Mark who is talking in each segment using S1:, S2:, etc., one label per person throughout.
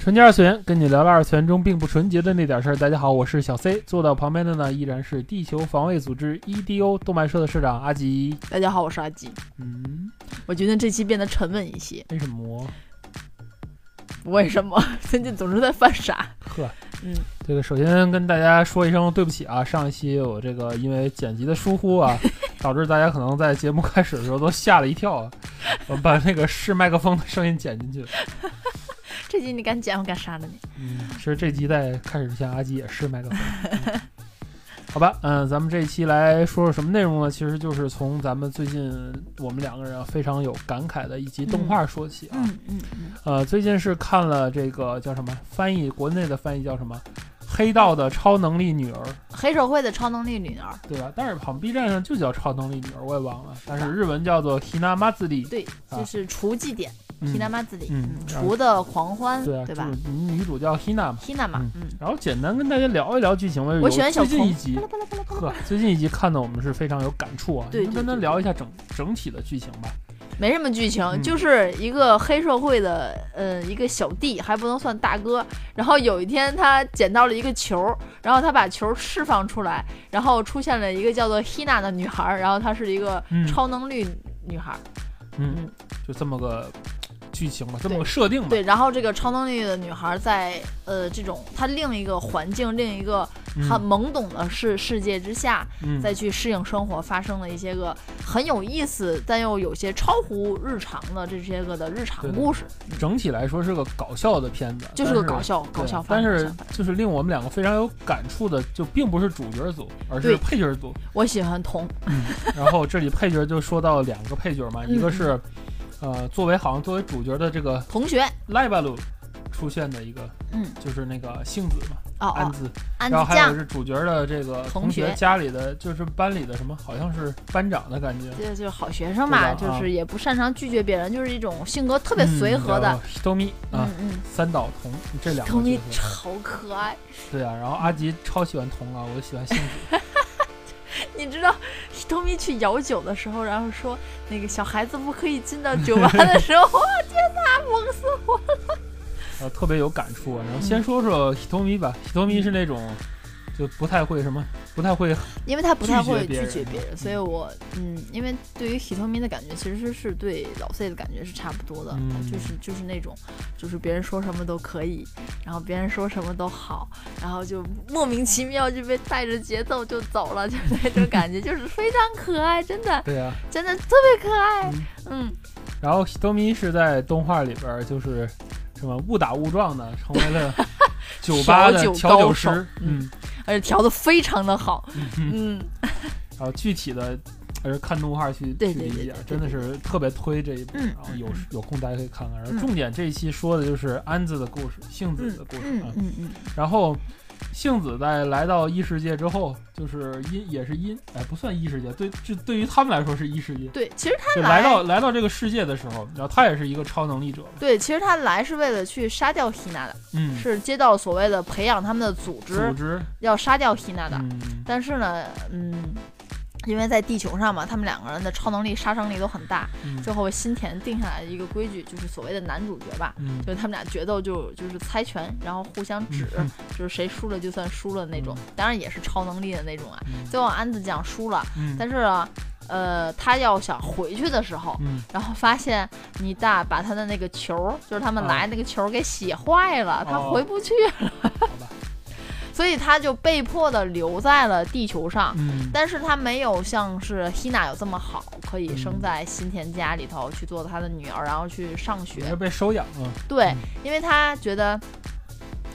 S1: 纯洁二次元，跟你聊聊二次元中并不纯洁的那点事儿。大家好，我是小 C，坐到旁边的呢依然是地球防卫组织 EDO 动漫社的社长阿吉。
S2: 大家好，我是阿吉。
S1: 嗯，
S2: 我觉得这期变得沉稳一些，
S1: 为什么？
S2: 为什么？ 最近总是在犯傻。
S1: 呵，
S2: 嗯，
S1: 这个首先跟大家说一声对不起啊，上一期我这个因为剪辑的疏 忽啊，导致大家可能在节目开始的时候都吓了一跳啊，我把那个试麦克风的声音剪进去了。
S2: 这期你敢剪，我敢杀了你。
S1: 嗯，其实这集在开始之前，阿吉也是麦 克风。嗯好吧，嗯，咱们这一期来说说什么内容呢？其实就是从咱们最近我们两个人啊非常有感慨的一集动画说起啊。
S2: 嗯嗯嗯，
S1: 呃，最近是看了这个叫什么翻译，国内的翻译叫什么《黑道的超能力女儿》，
S2: 黑社会的超能力女儿，
S1: 对吧？但是好像 B 站上就叫超能力女儿，我也忘了，但是日文叫做 Hina Matsuri。
S2: 对，
S1: 啊
S2: 就是厨祭典，
S1: 嗯
S2: 缇娜妈子里，
S1: 嗯
S2: 嗯，厨的狂欢，
S1: 对啊，
S2: 对吧
S1: 就是女主叫 Hina 嘛。
S2: 缇娜嘛，嗯，
S1: 然后简单跟大家聊一聊剧情吧。
S2: 我
S1: 有
S2: 喜欢小
S1: 最近
S2: 童
S1: 一集，
S2: 巴拉巴拉巴拉巴拉
S1: 呵，最近一集看的我们是非常有感触啊。
S2: 对
S1: 那
S2: 对
S1: 跟咱
S2: 对
S1: 聊一下整整体的剧情吧。
S2: 没什么剧情，
S1: 嗯
S2: 就是一个黑社会的，呃，一个小弟，还不能算大哥。然后有一天他捡到了一个球，然后他把球释放出来，然后出现了一个叫做 Hina 的女孩儿，然后她是一个
S1: 嗯
S2: 超能力女孩儿。
S1: 嗯
S2: 嗯，
S1: 就这么个剧情吧，这么
S2: 对
S1: 个设定吧。
S2: 对，然后这个超能力的女孩儿在呃这种她另一个环境、另一个
S1: 嗯
S2: 很懵懂的世世界之下，
S1: 嗯
S2: 再去适应生活，发生了一些个很有意思，但又有些超乎日常的这些个的日常
S1: 对的
S2: 故事。
S1: 整体来说是个搞笑的片子，
S2: 就是个搞笑
S1: 但
S2: 搞
S1: 是。
S2: 笑
S1: 对
S2: 范
S1: 但
S2: 儿。搞
S1: 是
S2: 笑范儿
S1: 就是令我们两个非常有感触的，就并不是主角组，而是
S2: 对
S1: 配角 组。
S2: 我喜欢童，
S1: 然后这里配角就说到两个配角嘛，
S2: 嗯
S1: 一个是呃，作为好像作为主角的这个
S2: 同学，
S1: 赖巴鲁出现的一个，
S2: 嗯，
S1: 就是那个杏子嘛，
S2: 哦
S1: 安
S2: 哦，
S1: 子，
S2: 安
S1: 然后
S2: 子
S1: 还有
S2: 酱，
S1: 是主角的这个同
S2: 同
S1: 学
S2: 学
S1: 家里的，就是班里的什么，好像是班长的感觉，
S2: 这就是好学生嘛，
S1: 对
S2: 就
S1: 吧啊
S2: 是也不擅长拒绝别人，就是一种性格特别随和的，
S1: 多米啊
S2: 嗯，嗯，
S1: 三岛童这两
S2: 童
S1: 个角
S2: 一
S1: 色，
S2: 超可爱。
S1: 对啊，然后阿吉超喜欢童啊，我喜欢杏子，
S2: 你知道，童一去摇酒的时候，然后说那个小孩子不可以进到酒吧的时候，我天哪，萌死我！
S1: 然后呃特别有感触啊。然后
S2: 嗯
S1: 先说说多米吧，多米是那种就不太会什么，不太会
S2: 因为他不太会
S1: 拒绝
S2: 拒
S1: 别人
S2: 绝别人，所以我嗯，因为对于喜童咪的感觉，其实是对老 C 的感觉是差不多的，
S1: 嗯
S2: 就是就是那种，就是别人说什么都可以，然后别人说什么都好，然后就莫名其妙就被带着节奏就走了，就是那种 感觉，就是非常可爱，真的
S1: 对啊。
S2: 真的特别可爱，嗯，
S1: 然后多米是在动画里边儿就是什么误打误撞的成为 了酒吧的
S2: 调酒
S1: 调酒
S2: 高手
S1: 师，
S2: 嗯
S1: 嗯。
S2: 而且调的非常的好，嗯，
S1: 然后具体的还是看动画去
S2: 对
S1: 去
S2: 对对
S1: 理解
S2: 对，对
S1: 真的是特别推这一部。
S2: 嗯
S1: 然后有
S2: 嗯
S1: 有空大家可以看看。然后
S2: 嗯
S1: 重点这一期说的就是安子的故事，杏子的故事
S2: 嗯
S1: 啊。
S2: 嗯嗯，
S1: 然后杏子在来到异世界之后，就是因也是因哎不算异世界，对这对于他们来说是异世界。
S2: 对，其实他
S1: 就来到来到这个世界的时候，然后他也是一个超能力者嘛，
S2: 对，其实他来是为了去杀掉缇娜的，
S1: 嗯，
S2: 是接到所谓的培养他们的组织
S1: 组，织，
S2: 要杀掉缇娜的。
S1: 嗯，
S2: 但是呢，嗯，因为在地球上嘛，他们两个人的超能力、杀伤力都很大。
S1: 嗯
S2: 最后新田定下来一个规矩，就是所谓的男主角吧，
S1: 嗯
S2: 就是他们俩决斗就就是猜拳，然后互相指，
S1: 嗯
S2: 就是谁输了就算输了那种。当然也是超能力的那种啊。
S1: 嗯
S2: 最后安子酱输了，
S1: 嗯
S2: 但是呢，呃，他要想回去的时候，
S1: 嗯，
S2: 然后发现倪大把他的那个球儿，就是他们
S1: 啊
S2: 来那个球儿给洗坏了，他
S1: 哦
S2: 回不去了，
S1: 好吧，
S2: 所以他就被迫的留在了地球上。
S1: 嗯，
S2: 但是他没有像是缇娜有这么好，可以生在新田家里头去做他的女儿，然后去上
S1: 也是
S2: 学。
S1: 被收养了，
S2: 对
S1: 嗯，
S2: 因为他觉得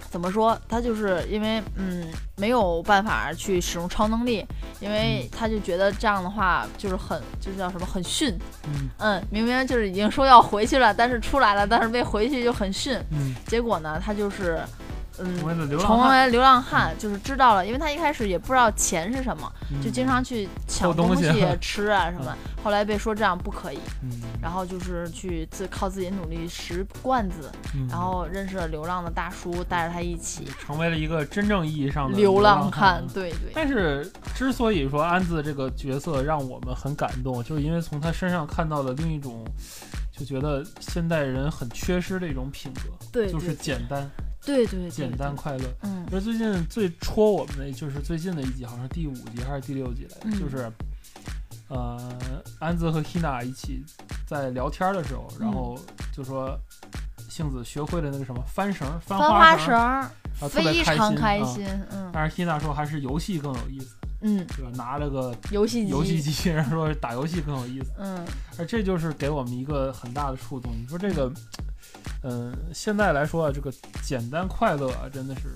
S2: 怎么说，他就是因为嗯没有办法去使用超能力，因为他就觉得这样的话就是很就是叫什么很逊，
S1: 嗯
S2: 嗯，明明就是已经说要回去了，但是出来了，但是没回去就很逊。
S1: 嗯，
S2: 结果呢，他就是嗯
S1: 成为了流浪
S2: 成
S1: 汉，
S2: 为流浪汉，就是知道了，因为他一开始也不知道钱是什么，
S1: 嗯
S2: 就经常去抢
S1: 偷东
S2: 东
S1: 西
S2: 西吃啊什么。后来被说这样不可以，
S1: 嗯，
S2: 然后就是去自靠自己努力拾罐子，
S1: 嗯
S2: 然后认识了流浪的大叔，带着他一起
S1: 成为了一个真正意义上的
S2: 流
S1: 浪哎
S2: 浪汉。对对，
S1: 但是，之所以说安子这个角色让我们很感动，就是因为从他身上看到了另一种，就觉得现代人很缺失的一种品格，
S2: 对
S1: 就是
S2: 对
S1: 简单、
S2: 对对，对
S1: 简单，快乐。
S2: 嗯
S1: 而最近最戳我们的就是最近的一集，好像是第五集还是第六集来着，
S2: 嗯
S1: 就是，呃，安子和 Hina 一起在聊天的时候，然后就说杏子学会了那个什么翻绳、翻
S2: 翻
S1: 花
S2: 花
S1: 绳，
S2: 绳儿
S1: 啊，特别
S2: 非常
S1: 开
S2: 开
S1: 心。
S2: 心
S1: 啊，
S2: 嗯
S1: 但是 Hina 说还是游戏更有意思，
S2: 嗯，
S1: 对吧？拿了个
S2: 游戏机，
S1: 游戏机， 然后说打游戏更有意思，
S2: 嗯
S1: 而这就是给我们一个很大的触动。你说这个，嗯、现在来说啊，这个简单快乐啊，真的是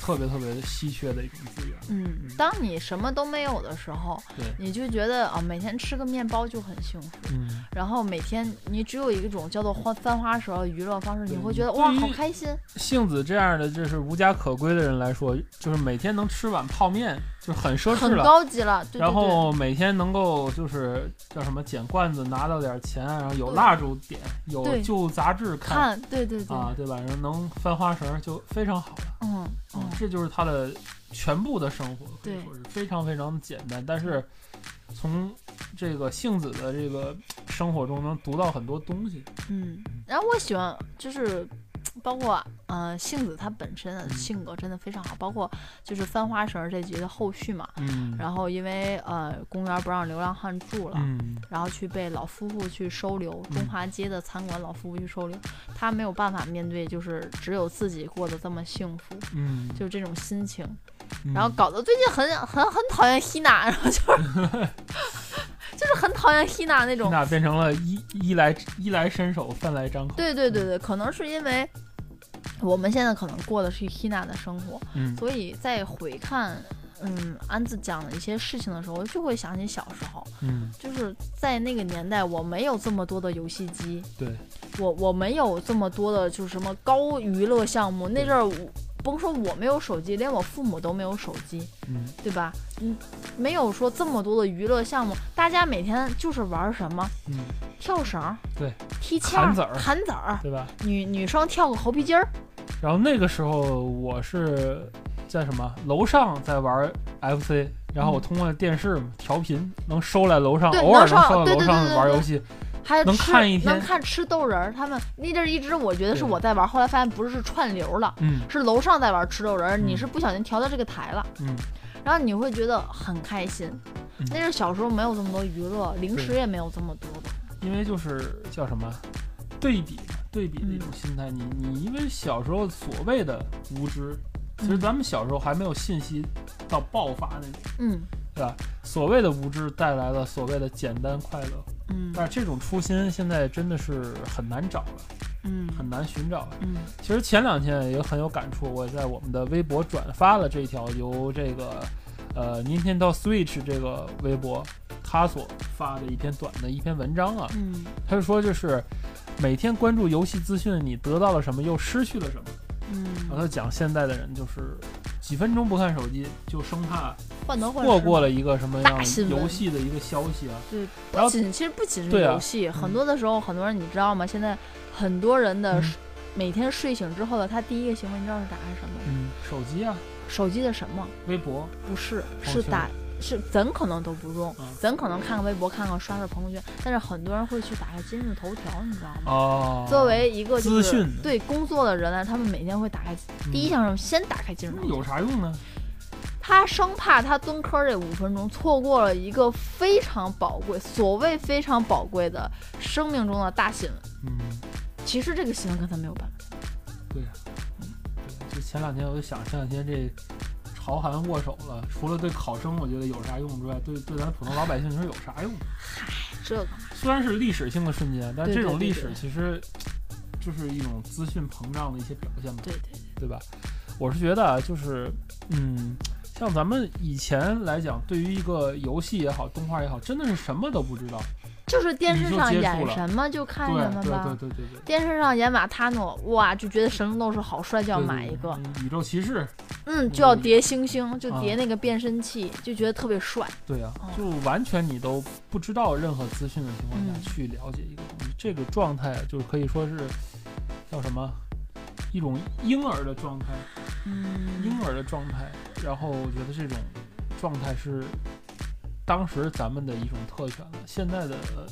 S1: 特别特别稀缺的一种资源。
S2: 嗯，当你什么都没有的时候，
S1: 对，
S2: 你就觉得啊，每天吃个面包就很幸福。
S1: 嗯，
S2: 然后每天你只有一种叫做花翻花蛇娱乐方式，
S1: 对
S2: 你会觉得
S1: 对
S2: 哇，
S1: 于
S2: 好开心。
S1: 杏子这样的就是无家可归的人来说，就是每天能吃碗泡面就是很奢侈
S2: 很
S1: 了。
S2: 高级了。对对对
S1: 然后每天能够就是叫什么捡罐子拿到点钱，啊然后有
S2: 对
S1: 蜡烛点，有
S2: 对
S1: 旧杂志看
S2: 看，对对对，
S1: 啊，对吧？然后能翻花绳就非常好了。
S2: 嗯
S1: 啊
S2: 嗯，，
S1: 这就是他的全部的生活，可以
S2: 对
S1: 说是非常非常简单。但是从这个杏子的这个生活中能读到很多东西。
S2: 嗯。然后我喜欢就是。包括呃，杏子她本身的性格真的非常好，包括就是翻花绳这集的后续嘛。
S1: 嗯
S2: 然后因为呃，公园不让流浪汉住了，
S1: 嗯
S2: 然后去被老夫妇去收留，中华街的餐馆老夫妇去收留，他没有办法面对，就是只有自己过得这么幸福，
S1: 嗯，
S2: 就是这种心情。
S1: 嗯
S2: 然后搞得最近很很很讨厌希娜，然后就是就是很讨厌希娜那种。
S1: 那变成了衣衣来衣来伸手，饭来张口。，
S2: 对对对对，可能是因为我们现在可能过的是希娜的生活，
S1: 嗯
S2: 所以在回看嗯安子讲的一些事情的时候，就会想起小时候，
S1: 嗯，
S2: 就是在那个年代，我没有这么多的游戏机，
S1: 对，
S2: 我我没有这么多的就是什么高娱乐项目，那阵儿我甭说我没有手机，连我父母都没有手机。
S1: 嗯
S2: 对吧？嗯，没有说这么多的娱乐项目，大家每天就是玩儿什么
S1: 嗯，
S2: 跳绳儿，
S1: 对，
S2: 踢毽儿
S1: 弹子儿
S2: 弹子儿，
S1: 对吧？
S2: 女女生跳个猴皮筋儿，
S1: 然后那个时候我是在什么楼上在玩 FC，然后我
S2: 嗯
S1: 通过电视嘛调频能收来楼上，
S2: 对
S1: 偶尔能
S2: 能收
S1: 收到
S2: 对
S1: 楼
S2: 对
S1: 上
S2: 对对
S1: 玩
S2: 对
S1: 游戏。
S2: 还有
S1: 能
S2: 吃
S1: 看一天
S2: 能看吃豆人儿。他们那阵儿一直我觉得是
S1: 对
S2: 我在玩儿，后来发现不是是串流了，
S1: 嗯
S2: 是楼上在玩儿吃豆人儿，
S1: 嗯
S2: 你是不小心调到这个台了，
S1: 嗯
S2: 然后你会觉得很开心
S1: 嗯。
S2: 那是小时候没有这么多娱乐，零食
S1: 对
S2: 也没有这么多的。
S1: 因为就是叫什么对比嘛对比的一种心态。你你因为小时候所谓的无知，其实
S2: 嗯
S1: 咱们小时候还没有信息到爆发那种，
S2: 嗯
S1: 对吧？所谓的无知带来了所谓的简单快乐，
S2: 嗯
S1: 但是这种初心现在真的是很难找了，
S2: 嗯
S1: 很难寻找了。
S2: 嗯
S1: 其实前两天也很有感触，我在我们的微博转发了这条由这个呃 Nintendo Switch 这个微博他所发的一篇短的一篇文章啊，
S2: 嗯
S1: 他就说就是每天关注游戏资讯，你得到了什么，又失去了什么。然后
S2: 嗯，
S1: 他讲现在的人就是几分钟不看手机，就生怕
S2: 患得患
S1: 错
S2: 失
S1: 过了一个什么样
S2: 大新闻
S1: 游戏的一个消息啊。
S2: 对，
S1: 然
S2: 不
S1: 后
S2: 仅其实不仅是
S1: 对啊
S2: 游戏，很
S1: 嗯
S2: 多的时候，很多人你知道吗？现在很多人的
S1: 嗯
S2: 睡每天睡醒之后的他第一个行为，你知道是打开什么吗？
S1: 嗯，手机啊，
S2: 手机的什么？
S1: 微博，
S2: 不是，
S1: 朋
S2: 是
S1: 友圈
S2: 打是咱可能都不用
S1: 嗯，
S2: 咱可能看看微博，看看刷刷朋友圈，但是很多人会去打开今日头条，你知道吗？
S1: 哦，
S2: 作为一个就
S1: 资
S2: 是
S1: 讯
S2: 对工作的人来，啊他们每天会打开第
S1: 嗯
S2: 一项任务，先打开今日
S1: 那
S2: 头
S1: 嗯
S2: 条。
S1: 有啥用呢？
S2: 他生怕他蹲坑这五分钟错过了一个非常宝贵，所谓非常宝贵的生命中的大新闻。
S1: 嗯，
S2: 其实这个新闻跟他没有办法。
S1: 对呀、对就前两天我就想，前两天这朝韩握手了，除了对考生我觉得有啥用之外，对对咱普通老百姓你说有啥 用？
S2: 这个
S1: 虽然是历史性的瞬间，但
S2: 对
S1: 这
S2: 对
S1: 种
S2: 对
S1: 历
S2: 对
S1: 史其实就是一种资讯膨胀的一些表现嘛，
S2: 对对对，
S1: 对吧？我是觉得啊，就是嗯，像咱们以前来讲，对于一个游戏也好，动画也好，真的是什么都不知道。
S2: 就是电视上
S1: 你就接触
S2: 演
S1: 了
S2: 什么就看
S1: 对
S2: 什么
S1: 对
S2: 吧
S1: 对。对对对，
S2: 电视上演马塔诺，哇，就觉得神龙斗士好帅，就要
S1: 对
S2: 买一个。。
S1: 对对宇宙骑士，
S2: 嗯，就要
S1: 嗯
S2: 叠星星，就
S1: 啊
S2: 叠那个变身器，就觉得特别帅。
S1: 对呀、
S2: 哦
S1: 就完全你都不知道任何资讯的情况下
S2: 嗯
S1: 去了解一个东西，这个状态就是可以说是叫什么一种婴儿的状态，婴
S2: 嗯，
S1: 儿的状态。然后我觉得这种状态是当时咱们的一种特权了，现在的呃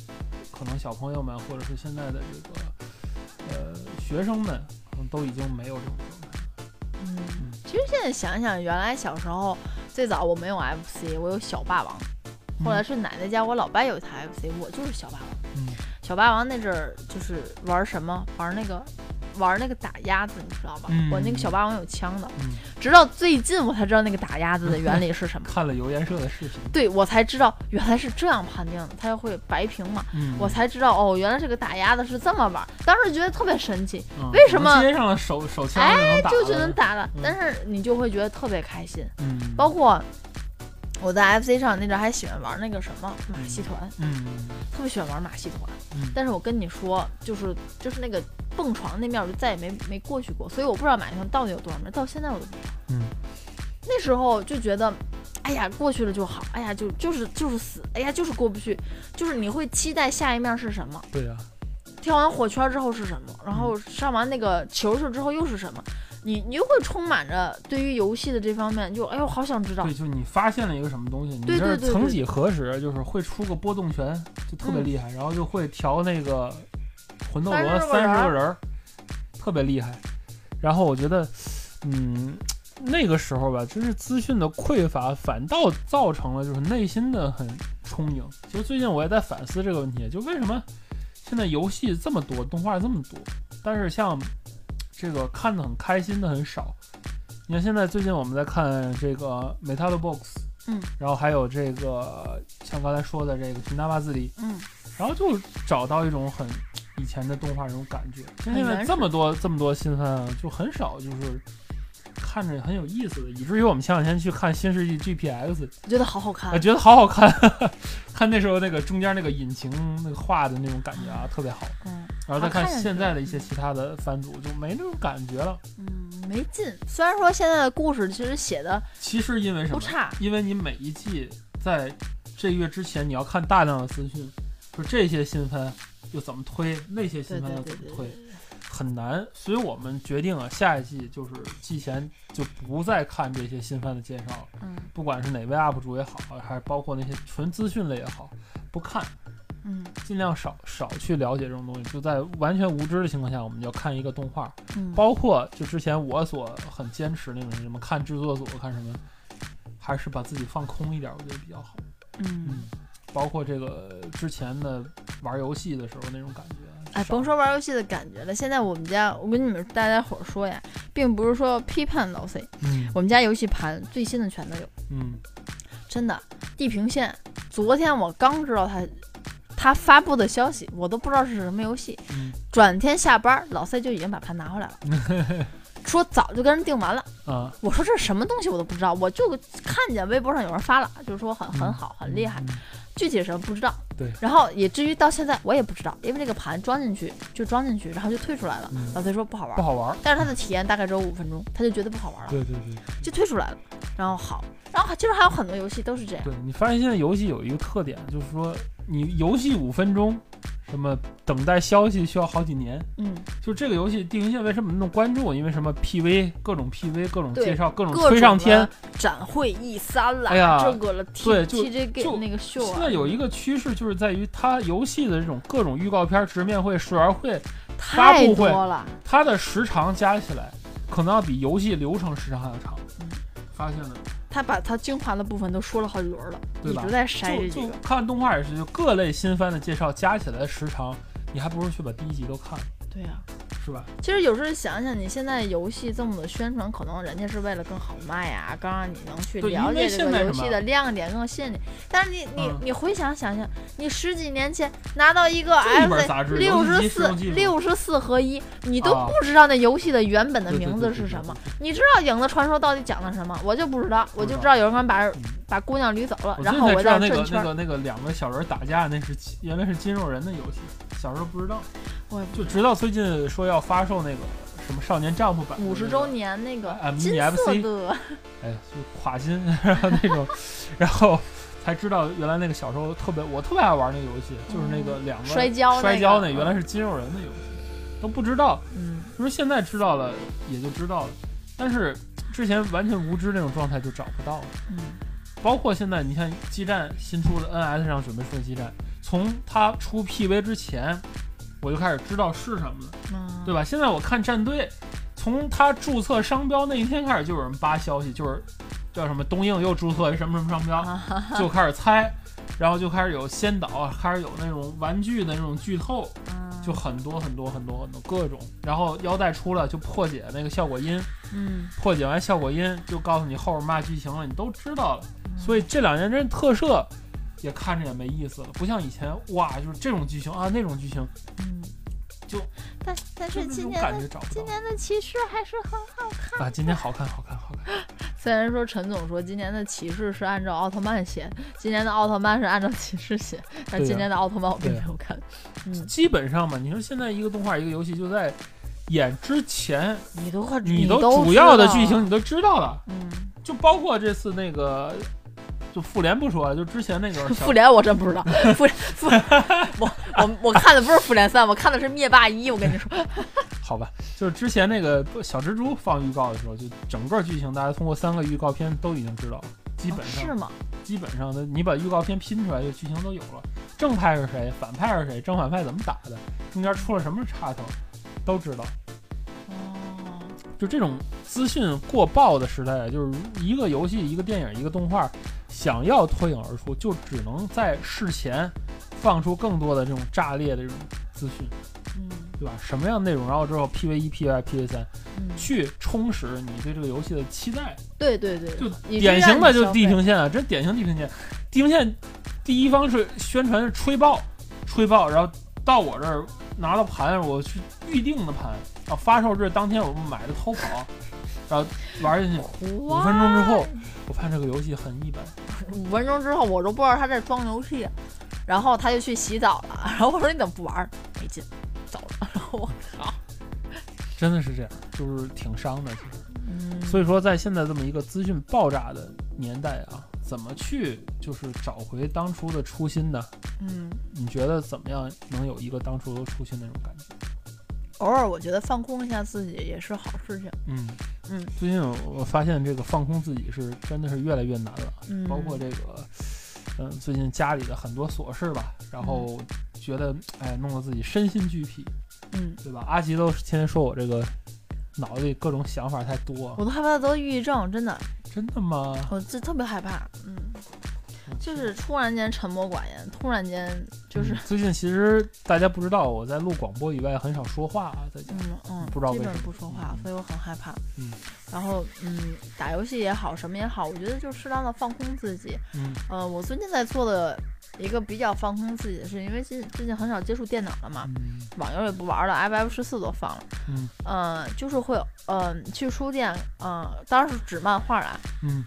S1: 可能小朋友们或者是现在的这个呃学生们，可能都已经没有这种状态了。
S2: 嗯，其实现在想想，原来小时候最早我没有 FC，我有小霸王，后来是奶奶家我老爸有一台 FC，我就是小霸王。
S1: 嗯
S2: 小霸王那阵儿就是玩什么玩那个。玩那个打鸭子，你知道吧？
S1: 嗯
S2: 我那个小霸王有枪的，
S1: 嗯，
S2: 直到最近我才知道那个打鸭子的原理是 什么。
S1: 看了油盐社的视频，
S2: 对我才知道原来是这样判定的，它就会白屏嘛。
S1: 嗯，
S2: 我才知道哦，原来这个打鸭子是这么玩儿，当时觉得特别神奇，
S1: 嗯
S2: 为什么哎
S1: 街上的手手枪就能打
S2: 就
S1: 了
S2: 就能打了
S1: 嗯，
S2: 但是你就会觉得特别开心。
S1: 嗯，
S2: 包括我在 FC 上那阵儿还喜欢玩那个什么马戏团，
S1: 嗯
S2: 特别喜欢玩马戏团。
S1: 嗯，
S2: 但是我跟你说，就是就是那个蹦床那面，我就再也没没过去过，所以我不知道马戏团到底有多少面，到现在我都不知道。
S1: 嗯，
S2: 那时候就觉得。哎呀，过去了就好。哎呀，就就是就是死。哎呀，就是过不去。就是你会期待下一面是什么，
S1: 对呀、啊
S2: 跳完火圈之后是什么，然后
S1: 嗯
S2: 上完那个球球之后又是什么，你你就会充满着对于游戏的这方面，就哎呦好想知道
S1: 对，。就你发现了一个什么东西，你
S2: 对
S1: 这
S2: 对
S1: 儿
S2: 对对
S1: 曾几何时就是会出个波动拳，就特别
S2: 嗯
S1: 厉害，然后就会调那个魂斗罗
S2: 30个
S1: 三
S2: 人
S1: 十
S2: 儿
S1: 个人儿，特别厉害。然后我觉得，嗯，那个时候吧，就是资讯的匮乏，反倒造成了就是内心的很充盈。其实最近我也在反思这个问题，就为什么现在游戏这么多，动画这么多，但是像这个看的很开心的很少。你看现在最近我们在看这个 Metal Box，
S2: 嗯，
S1: 然后还有这个像刚才说的这个《寻达巴自里》，
S2: 嗯，
S1: 然后就找到一种很以前的动画那种感觉。像现
S2: 原
S1: 在
S2: 始
S1: 这么多这么多新番啊，就很少就是看着很有意思的，以至于我们前两天去看《新世纪 GPX》，
S2: 我觉得好好看
S1: 啊，。觉得好好看， 看那时候那个中间那个引擎那个画的那种感觉啊，特别好。
S2: 嗯
S1: 然后再
S2: 好看
S1: 看
S2: 呀
S1: 现
S2: 是
S1: 在的一些其他的番组，就没那种感觉了。
S2: 嗯，没劲。虽然说现在的故事其实写的
S1: 其实因为什
S2: 不
S1: 么？
S2: 差，
S1: 因为你每一季在这月之前，你要看大量的资讯，说这些新番又怎么推，那些
S2: 对
S1: 新
S2: 对
S1: 番又
S2: 对
S1: 怎么
S2: 对
S1: 推
S2: 对，。
S1: 很难。所以我们决定啊，下一季就是季前就不再看这些新番的介绍了，
S2: 嗯
S1: 不管是哪位 UP 主也好，还是啊包括那些纯资讯类也好，不看，
S2: 嗯
S1: 尽量少少去了解这种东西。就在完全无知的情况下，我们要看一个动画，
S2: 嗯，
S1: 包括就之前我所很坚持那种什么看制作组看什么，还是把自己放空一点，我觉得比较好。
S2: 嗯。
S1: 包括这个之前的玩游戏的时候那种感觉，
S2: 哎，甭
S1: 少
S2: 说玩游戏的感觉了，现在我们家，我跟你们大家伙儿说呀，并不是说批判老 C，
S1: 嗯
S2: 我们家游戏盘最新的全都有。
S1: 嗯
S2: 真的，地平线，昨天我刚知道它，它发布的消息，我都不知道是什么游戏。
S1: 嗯
S2: 转天下班，老赛就已经把盘拿回来了， 说早就跟人订完了。
S1: 啊，
S2: 我说这是什么东西我都不知道，我就看见微博上有人发了，就是说很
S1: 嗯
S2: 很好，很厉害，
S1: 嗯
S2: 具体是什么不知道。
S1: 对
S2: 然后也至于到现在我也不知道，因为这个盘装进去就装进去，然后就退出来了。
S1: 嗯
S2: 老赛说不好玩
S1: 不，好玩儿。
S2: 但是他的体验大概只有五分钟，他就觉得不好玩了，
S1: 对对对
S2: 就退出来了。然后好，然后其实还有很多游戏都是这样。
S1: 对，你发现现在游戏有一个特点，就是说你游戏五分钟，什么等待消息需要好几年。
S2: 嗯，
S1: 就这个游戏《地平线》为什么那么关注？因为什么 PV 各种 PV 各种
S2: 对
S1: 介绍各种啊
S2: 各
S1: 推
S2: 种
S1: 上天
S2: 了。展会 E 三了，
S1: 哎呀
S2: 这个了 T
S1: 对就
S2: T J 给
S1: 就
S2: 那个秀
S1: 现
S2: 啊
S1: 在，有一个趋势，就是在于它游戏的这种各种预告片、直面会、试玩会，发
S2: 太
S1: 布
S2: 多
S1: 会
S2: 了。
S1: 它的时长加起来，可能要比游戏流程时长还要长
S2: 嗯。
S1: 发现了，
S2: 他把他精华的部分都说了好几轮了，
S1: 对
S2: 一
S1: 吧
S2: 直在筛
S1: 就
S2: 这几
S1: 就
S2: 个。
S1: 看动画也是，就各类新番的介绍加起来的时长，你还不如去把第一集都看了。
S2: 对呀、
S1: 是吧？
S2: 其实有时候想想，你现在游戏这么的宣传，可能人家是为了更好卖啊，更让你能去
S1: 对
S2: 了
S1: 因为
S2: 解这
S1: 现在
S2: 个游
S1: 什么
S2: 戏的亮点，更吸引你。但是你你
S1: 嗯
S2: 你回想想想，你十几年前拿到一个
S1: 这一本
S2: F
S1: 杂志
S2: 六
S1: 游
S2: 十
S1: 戏机
S2: 四
S1: 使用技术
S2: 六十四合一，你都
S1: 啊
S2: 不知道那游戏的原本的
S1: 对对对
S2: 名字
S1: 对
S2: 是
S1: 对
S2: 什么
S1: 对。
S2: 你知道《影子传说》到底讲了什么？我就不知道，我
S1: 不知
S2: 就
S1: 道
S2: 知道有人敢把
S1: 嗯
S2: 把姑娘掳走了，
S1: 我最
S2: 然
S1: 近
S2: 后
S1: 才
S2: 我
S1: 知道
S2: 在
S1: 那
S2: 转
S1: 个
S2: 圈
S1: 那
S2: 儿。
S1: 个那个两个小人打架，那是金原来是筋肉人的游戏，小时候不知道。
S2: 我也不
S1: 就直到最近说要发售那个什么少年丈夫版的
S2: 五十
S1: 那个
S2: 周，年那个
S1: 啊
S2: 金
S1: mini
S2: 色
S1: FC
S2: 的，
S1: 哎，就垮心然后那种，然后才知道原来那个小时候特别我特别爱玩那个游戏，就是那个两个
S2: 嗯摔跤那个
S1: 摔跤那原来是筋肉人的游戏，都不知道。
S2: 嗯，
S1: 你说现在知道了也就知道了，但是之前完全无知那种状态就找不到了。
S2: 嗯
S1: 包括现在，你看基站新出的 NS 上准备出的基站，从它出 PV 之前，我就开始知道是什么了，
S2: 嗯，
S1: 对吧？现在我看战队，从它注册商标那一天开始，就有人扒消息，就是叫什么东映又注册什么什么商标，
S2: 啊哈
S1: 就开始猜，然后就开始有先导，开始有那种玩具的那种剧透，
S2: 嗯
S1: 就很多很多很多很多各种。然后腰带出了就破解那个效果音，
S2: 嗯，
S1: 破解完效果音就告诉你后边嘛剧情了，你都知道了。
S2: 嗯
S1: 所以这两年真特摄也看着也没意思了，不像以前哇，就是这种剧情啊，那种剧情，
S2: 嗯，
S1: 就
S2: 但但
S1: 就是是这
S2: 今
S1: 种
S2: 年
S1: 感觉
S2: 的
S1: 找不
S2: 今
S1: 到
S2: 年的骑士还是很好看。
S1: 啊。今天好看，好看，好看，
S2: 虽然说陈总说今年的骑士是按照奥特曼写，今年的奥特曼是按照骑士写，但
S1: 对
S2: 今
S1: 呀
S2: 年的奥特曼我并
S1: 对
S2: 没
S1: 呀
S2: 有看。嗯，
S1: 基本上嘛，你说现在一个动画一个游戏就在演之前，
S2: 你都快
S1: 你
S2: 都
S1: 主
S2: 知
S1: 要的
S2: 道
S1: 剧
S2: 了
S1: 情，你都知道了，
S2: 嗯，
S1: 就包括这次那个。就复联不说了，就之前那个小
S2: 复联我真不知道，复复 我我我看的不是复联三，我看的是灭霸一。我跟你说，
S1: 好吧，就是之前那个小蜘蛛放预告的时候，就整个剧情大家通过三个预告片都已经知道了，基本上、
S2: 啊是吗？
S1: 基本上的，你把预告片拼出来，这剧情都有了。正派是谁，反派是谁，正反派怎么打的，中间出了什么插头，都知道。
S2: 哦，
S1: 就这种资讯过爆的时代，就是一个游戏、一个电影、一个动画，想要脱颖而出，就只能在事前放出更多的这种炸裂的这种资讯，
S2: 嗯
S1: 对吧？什么样的内容，然后之后 PV 一、PV 二、PV 三，
S2: 嗯，
S1: 去充实你对这个游戏的期待。
S2: 对对对，
S1: 就
S2: 以及
S1: 典
S2: 让
S1: 型
S2: 你
S1: 的就是
S2: 消
S1: 地
S2: 费
S1: 平线啊，这典型地平线，地平线第一方是宣传是吹爆，吹爆，然后到我这儿拿到盘，我去预定的盘，啊，发售日当天我买的偷跑，然后玩进去五
S2: 五
S1: 分钟之后，
S2: 哦
S1: 我发现这个游戏很一般，
S2: 五分钟之后，我都不知道他在装游戏，然后他就去洗澡了。 然后我说你怎么不玩儿？没劲，走了。然后我，
S1: 真的是这样，就是挺伤的，其实。
S2: 嗯，
S1: 所以说，在现在这么一个资讯爆炸的年代啊，怎么去就是找回当初的初心呢？
S2: 嗯，
S1: 你觉得怎么样能有一个当初的初心那种感觉？
S2: 偶尔我觉得放空一下自己也是好事情。
S1: 嗯
S2: 嗯，
S1: 最近我发现这个放空自己是真的是越来越难了，
S2: 嗯，
S1: 包括这个，嗯，最近家里的很多琐事吧，然后觉得哎，弄得自己身心俱疲，
S2: 嗯，
S1: 对吧？阿吉都天天说我这个脑子里各种想法太多，
S2: 我都害怕得抑郁症，真的，
S1: 真的吗？
S2: 我这特别害怕。嗯，就是突然间沉默寡言，突然间就是
S1: 嗯，最近其实大家不知道，我在录广播以外很少说话啊，在家
S2: 嗯嗯，
S1: 不知道
S2: 基
S1: 为
S2: 本
S1: 什么
S2: 不说话，
S1: 嗯
S2: 所以我很害怕。
S1: 嗯，
S2: 然后嗯，打游戏也好，什么也好，我觉得就适当的放空自己。
S1: 嗯
S2: 呃，我最近在做的一个比较放空自己的事，因为最最近很少接触电脑了嘛，
S1: 嗯
S2: 网游也不玩了，FF 十四都放了，
S1: 嗯
S2: 呃，就是会呃去书店，呃，当然是纸漫画啊，
S1: 嗯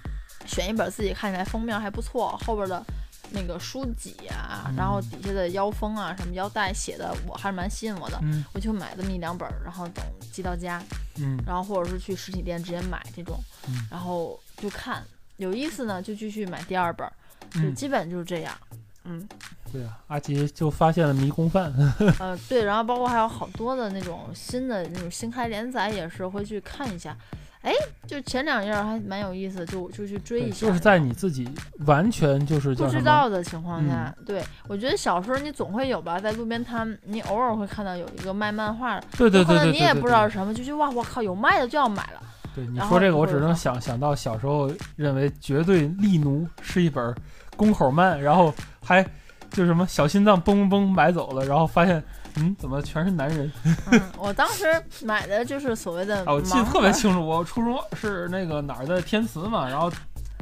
S2: 选一本自己看起来封面还不错，后边的那个书脊啊，然后
S1: 嗯
S2: 底下的腰封啊，什么腰带写的，我还是蛮吸引我的。
S1: 嗯
S2: 我就买这么一两本儿，然后等寄到家，
S1: 嗯
S2: 然后或者是去实体店直接买这种，
S1: 嗯
S2: 然后就看有意思呢，就继续买第二本儿，就
S1: 嗯，
S2: 基本就是这样。 嗯，
S1: 对啊，阿吉就发现了迷宫饭，
S2: 呃，对，然后包括还有好多的那种新的那种新开连载，也是会去看一下。哎，就前两页儿还蛮有意思，就就去追一下。
S1: 就是在你自己完全就是叫
S2: 不
S1: 什么
S2: 知
S1: 嗯
S2: 道的情况下，对我觉得小时候你总会有吧，在路边摊你偶尔会看到有一个卖漫画的，
S1: 对对对
S2: 有
S1: 对，
S2: 可能你也
S1: 对
S2: 不知道是。什么，就觉得哇，我靠，有卖的就要买了。
S1: 对对你
S2: 然
S1: 说
S2: 后
S1: 这
S2: 你
S1: 个，我
S2: 会嗯
S1: 只
S2: 有
S1: 能
S2: 啥
S1: 想想到小时候认为绝对力奴是一本宫口漫，然后还就什么小心脏嘣嘣嘣买走了，然后发现嗯，怎么全是男人？
S2: 嗯，我当时买的就是所谓的
S1: 啊，我记得
S2: 盲
S1: 特别
S2: 盒
S1: 清楚，我初中是那个哪儿的天祠嘛，然后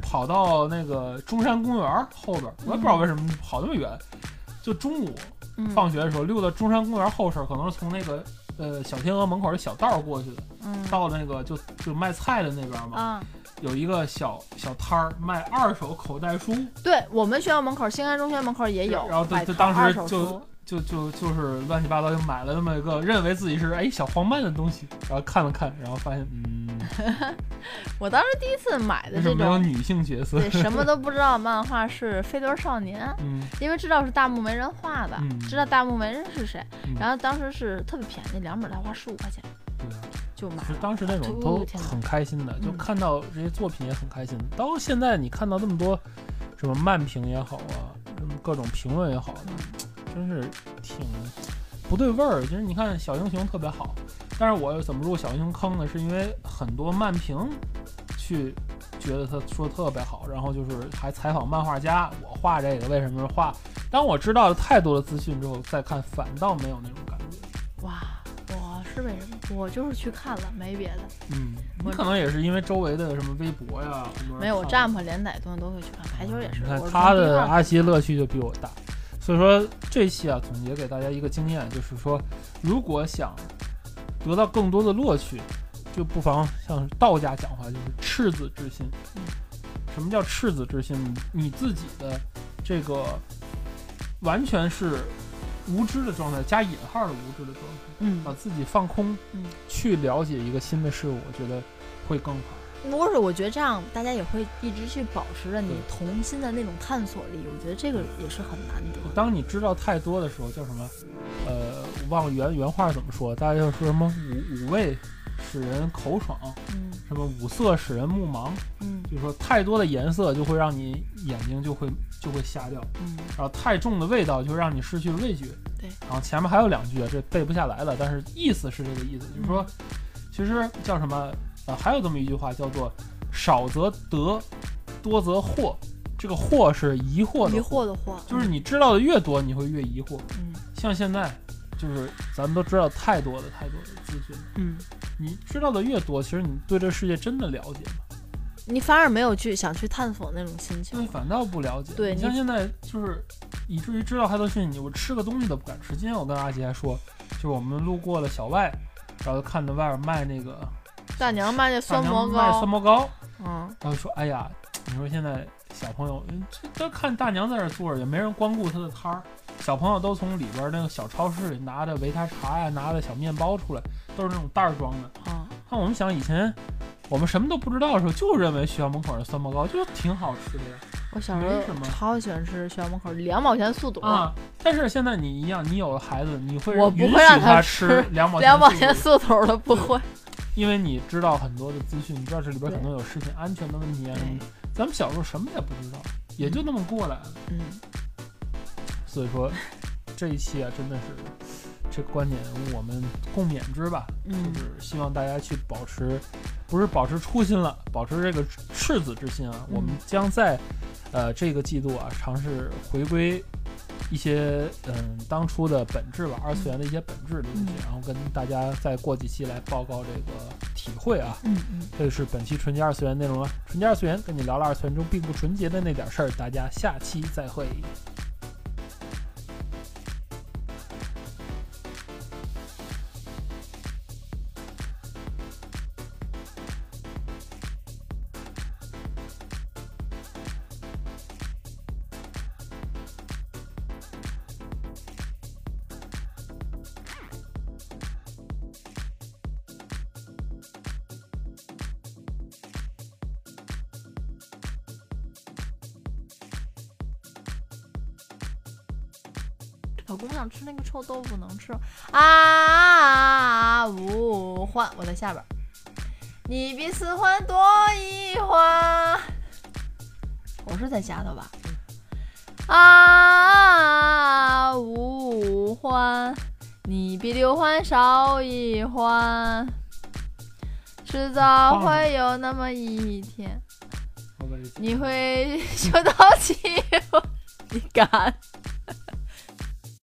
S1: 跑到那个中山公园后边儿，我也不知道为什么跑那么远，就中午
S2: 嗯
S1: 放学的时候溜到中山公园后身儿，可能是从那个呃小天鹅门口的小道儿过去的，
S2: 嗯
S1: 到那个就就卖菜的那边儿嘛，
S2: 啊，
S1: 有一个小小摊儿卖二手口袋书，
S2: 对我们学校门口，新安中学门口也有
S1: 然后就
S2: 摆
S1: 就当
S2: 摊
S1: 时
S2: 二手
S1: 就
S2: 书
S1: 就就就是乱七八糟就买了那么一个认为自己是哎小黄漫的东西，然后看了看，然后发现 嗯，
S2: 我当时第一次买
S1: 为
S2: 的
S1: 什么
S2: 这
S1: 没有
S2: 种，
S1: 女性角色？
S2: 对什么都不知道的漫画是《飞轮少年》，
S1: 嗯，
S2: 因为知道是大木没人画的，
S1: 嗯
S2: 知道大木没人是谁，
S1: 嗯
S2: 然后当时是特别便宜，两本才花十五块钱
S1: 对啊，
S2: 就买
S1: 其
S2: 了。啊
S1: 实当时那种都很开心的，就
S2: 嗯
S1: 看到这些作品也很开心。到现在你看到这么多什么漫评也好啊，什么各种评论也好，
S2: 嗯
S1: 真是挺不对味儿。就是你看小英雄特别好，但是我怎么入小英雄坑呢？是因为很多漫评去觉得他说得特别好，然后就是还采访漫画家，我画这个为什么画？当我知道了太多的资讯之后再看，反倒没有那种感觉。
S2: 哇，我是为什么？我就是去看了，没别的，
S1: 嗯，你
S2: 我
S1: 可能也是因为周围的什么微博呀，很多人
S2: 没有。我
S1: 看
S2: 占卜连载东西都会去看，排球也是。
S1: 你看
S2: 我是
S1: 他
S2: 从第
S1: 的
S2: 二
S1: 阿西乐趣就比我大，所以说这期啊，总结给大家一个经验，就是说，如果想得到更多的乐趣，就不妨像道家讲话，就是赤子之心。
S2: 嗯
S1: 什么叫赤子之心？你你自己的这个完全是无知的状态，加引号的无知的状态。
S2: 嗯
S1: 把，自己放空，
S2: 嗯
S1: 去了解一个新的事物，我觉得会更好。
S2: 不是，我觉得这样大家也会一直去保持着你
S1: 对
S2: 童心的那种探索力，我觉得这个也是很难得的。
S1: 当你知道太多的时候，叫什么？呃，我忘了原原话怎么说，大家就说什么五五味使人口爽，
S2: 嗯
S1: 什么五色使人目盲，
S2: 嗯
S1: 就是说太多的颜色就会让你眼睛就会就会瞎掉，
S2: 嗯，
S1: 然后太重的味道就让你失去味觉。
S2: 对，
S1: 然后前面还有两句，啊这背不下来了，但是意思是这个意思，就是说，其实叫什么？呃，还有这么一句话叫做“少则得，多则惑”。这个惑是疑惑的
S2: 疑
S1: 惑，
S2: 惑的惑，
S1: 就是你知道的越多，你会越疑惑。
S2: 嗯
S1: 像现在，就是咱们都知道太多的太多的资讯，
S2: 嗯，
S1: 你知道的越多，其实你对这世界真的了解吗？
S2: 你反而没有去想去探索那种心
S1: 就是
S2: 情。
S1: 反倒不了解。
S2: 对
S1: 你
S2: 你
S1: 像现在就是，以至于知道太多讯息，我吃个东西都不敢吃。今天我跟阿杰还说，就是我们路过了小外，然后看到外边卖那个
S2: 大娘卖那
S1: 大
S2: 酸
S1: 娘
S2: 蘑
S1: 卖
S2: 糕
S1: 酸，蘑糕，
S2: 嗯，
S1: 然后说，哎呀，你说现在小朋友，嗯这都看大娘在这儿坐着，也没人光顾她的摊儿。小朋友都从里边儿那个小超市里拿着维他茶呀、拿着小面包出来，都是那种袋儿装的。
S2: 啊，
S1: 那我们想以前我们什么都不知道的时候，就认为学校门口的酸蘑糕就挺好吃的呀。
S2: 我小时
S1: 没什么
S2: 候超喜欢吃学校门口两毛钱速冻，
S1: 啊！但是现在你一样，你有了孩子，你会
S2: 我不
S1: 允许
S2: 会让
S1: 他
S2: 他
S1: 吃
S2: 吃
S1: 两毛
S2: 两毛钱
S1: 钱，
S2: 速冻的不会。
S1: 因为你知道很多的资讯，你知道这里边
S2: 对
S1: 可能有食品安全的问题啊
S2: 对
S1: 什么的。咱们小时候什么也不知道，也就那么过来了。
S2: 嗯，
S1: 所以说，这一期啊，真的是这观点我们共勉之吧。
S2: 嗯
S1: 就是希望大家去保持，不是保持初心了，保持这个赤子之心啊。
S2: 嗯
S1: 我们将在呃这个季度啊，尝试回归一些嗯当初的本质吧，二次元的一些本质的东西，
S2: 嗯
S1: 然后跟大家再过几期来报告这个体会啊。
S2: 嗯嗯，
S1: 这是本期纯洁二次元内容了，啊纯洁二次元跟你聊了二次元中并不纯洁的那点事儿，大家下期再会。
S2: 老公想吃那个臭豆腐，能吃吗啊啊啊！五换我在下边儿，你比四环多一环，我是在下头吧？啊，五环，你比六环少一环，迟早会有那么一天，
S1: 我把这
S2: 你会修到七环，你敢？